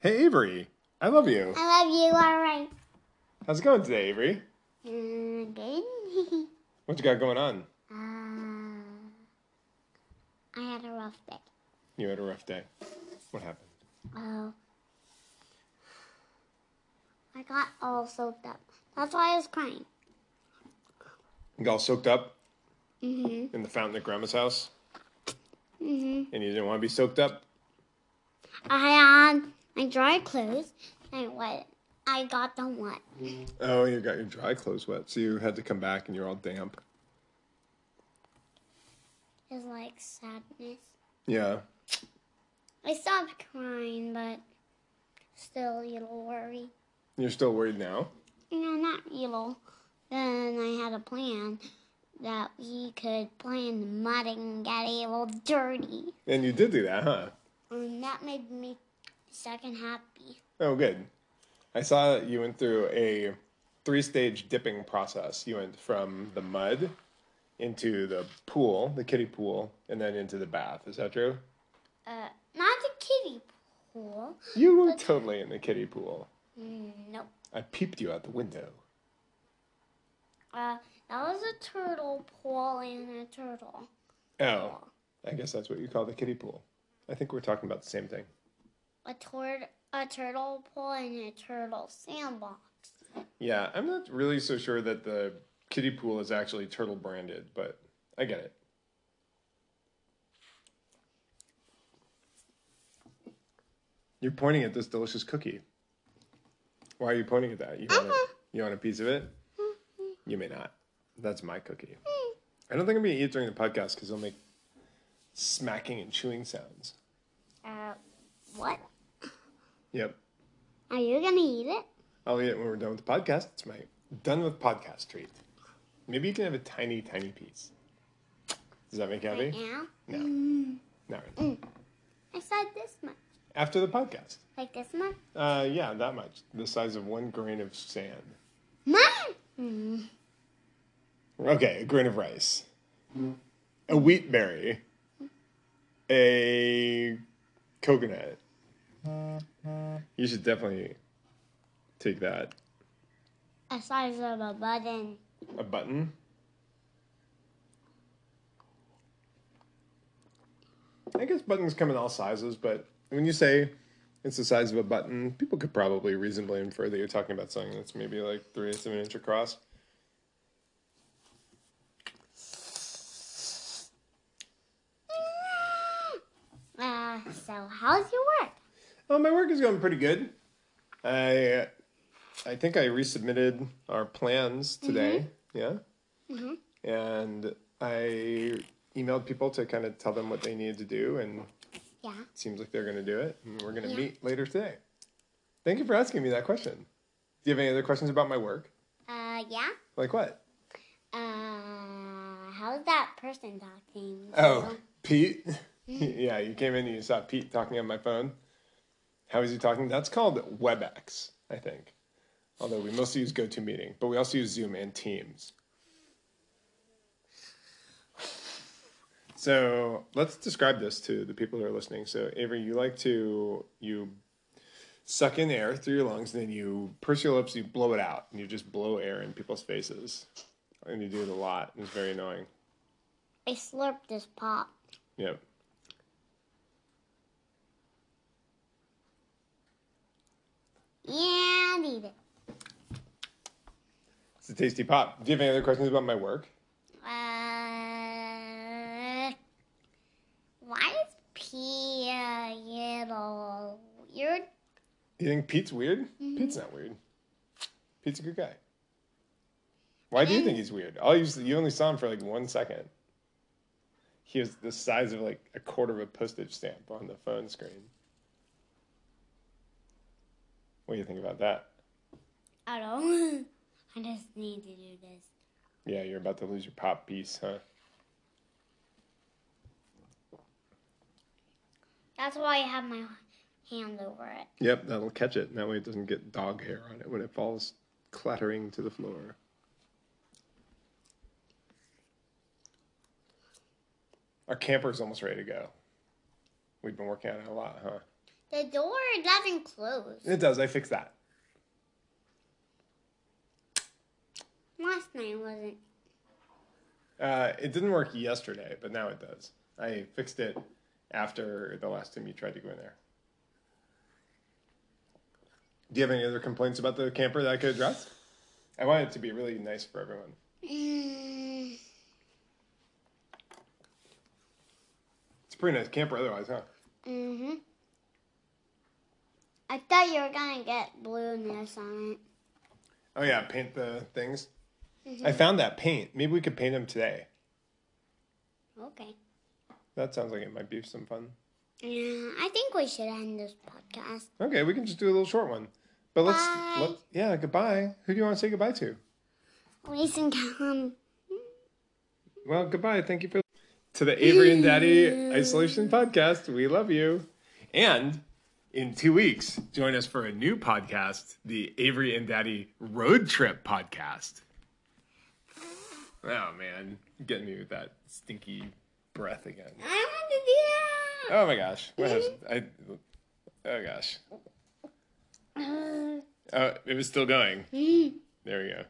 Hey, Avery. I love you. I love you. All right. How's it going today, Avery? Uh, good. What you got going on? uh, I had a rough day. You had a rough day. What happened? Oh. I got all soaked up. That's why I was crying. You got all soaked up Mhm. in the fountain at Grandma's house, Mhm. and you didn't want to be soaked up. I had my dry clothes and what I got them wet. Oh, you got your dry clothes wet, so you had to come back, and you're all damp. It's like sadness. Yeah. I stopped crying, but still a little worried. You're still worried now. you know, not evil. Then I had a plan that we could play in the mud and get evil dirty. And you did do that, huh? And that made me second happy. Oh, good. I saw that you went through a three stage dipping process. You went from the mud into the pool, the kiddie pool, and then into the bath. Is that true? Uh, not the kiddie pool. You were totally in the kiddie pool. Nope. I peeped you out the window. Uh, that was a turtle pool and a turtle. Oh, I guess that's what you call the kiddie pool. I think we're talking about the same thing. A tur- a turtle pool and a turtle sandbox. Yeah, I'm not really so sure that the kiddie pool is actually turtle branded, but I get it. You're pointing at this delicious cookie. Why are you pointing at that? You want a, you want a piece of it? You may not. That's my cookie. Hmm. I don't think I'm going to eat during the podcast because it'll make smacking and chewing sounds. Uh, what? Yep. Are you gonna eat it? I'll eat it Oh, when we're done with the podcast. It's my done with podcast treat. Maybe you can have a tiny, tiny piece. Does that make you happy? Yeah. No. Not really. I said this much. After the podcast. Like this much? Uh, yeah, that much. The size of one grain of sand. Mine! Okay, a grain of rice. A wheat berry. A coconut. You should definitely take that. a size of a button. A button. I guess buttons come in all sizes, but when you say it's the size of a button, people could probably reasonably infer that you're talking about something that's maybe like three eighths of an inch across. Uh, so how's your work? Oh, my work is going pretty good. I I think I resubmitted our plans today. Yeah. And I emailed people to kind of tell them what they needed to do, and it Yeah. seems like they're going to do it. And we're going to Yeah. meet later today. Thank you for asking me that question. Do you have any other questions about my work? Uh, yeah. Like what? Uh, how's that person talking? Oh, Pete. yeah, you came in and you saw Pete talking on my phone. How is he talking? That's called WebEx, I think. Although we mostly use GoToMeeting, but we also use Zoom and Teams. So let's describe this to the people who are listening. So Avery, you like to you suck in air through your lungs, then you purse your lips, you blow it out, and you just blow air in people's faces. And you do it a lot. and It's very annoying. I slurped this pop. Yep. And eat it. It's a tasty pop. Do you have any other questions about my work? Uh, why is P a little weird? Do you think Pete's weird? Pete's not weird. Pete's a good guy. Why do you think he's weird? All you you only saw him for like one second. He was the size of like a quarter of a postage stamp on the phone screen. What do you think about that? I don't. I just need to do this. Yeah, you're about to lose your pop piece, huh? That's why I have my hand over it. Yep, that'll catch it. and That way it doesn't get dog hair on it when it falls clattering to the floor. Our camper's almost ready to go. We've been working on it a lot, huh? The door doesn't close. It does. I fixed that. Last night wasn't. Uh, it didn't work yesterday, but now it does. I fixed it after the last time you tried to go in there. Do you have any other complaints about the camper that I could address? I want it to be really nice for everyone. Mm, It's a pretty nice camper otherwise, huh? mhm. I thought you were gonna get blueness on it. Oh yeah, paint the things. I found that paint. Maybe we could paint them today. Okay. That sounds like it might be some fun. Yeah, I think we should end this podcast. Okay, we can just do a little short one. But let's Bye. let, yeah, goodbye. Who do you want to say goodbye to? Listen, come. Well, goodbye. Thank you for to the Avery and Daddy Isolation Podcast. We love you. And in two weeks, join us for a new podcast, the Avery and Daddy Road Trip Podcast. Oh man, getting me with that stinky breath again. I want to do that. Oh my gosh. What has, I, oh gosh. Uh, Oh, it was still going. mm. There we go.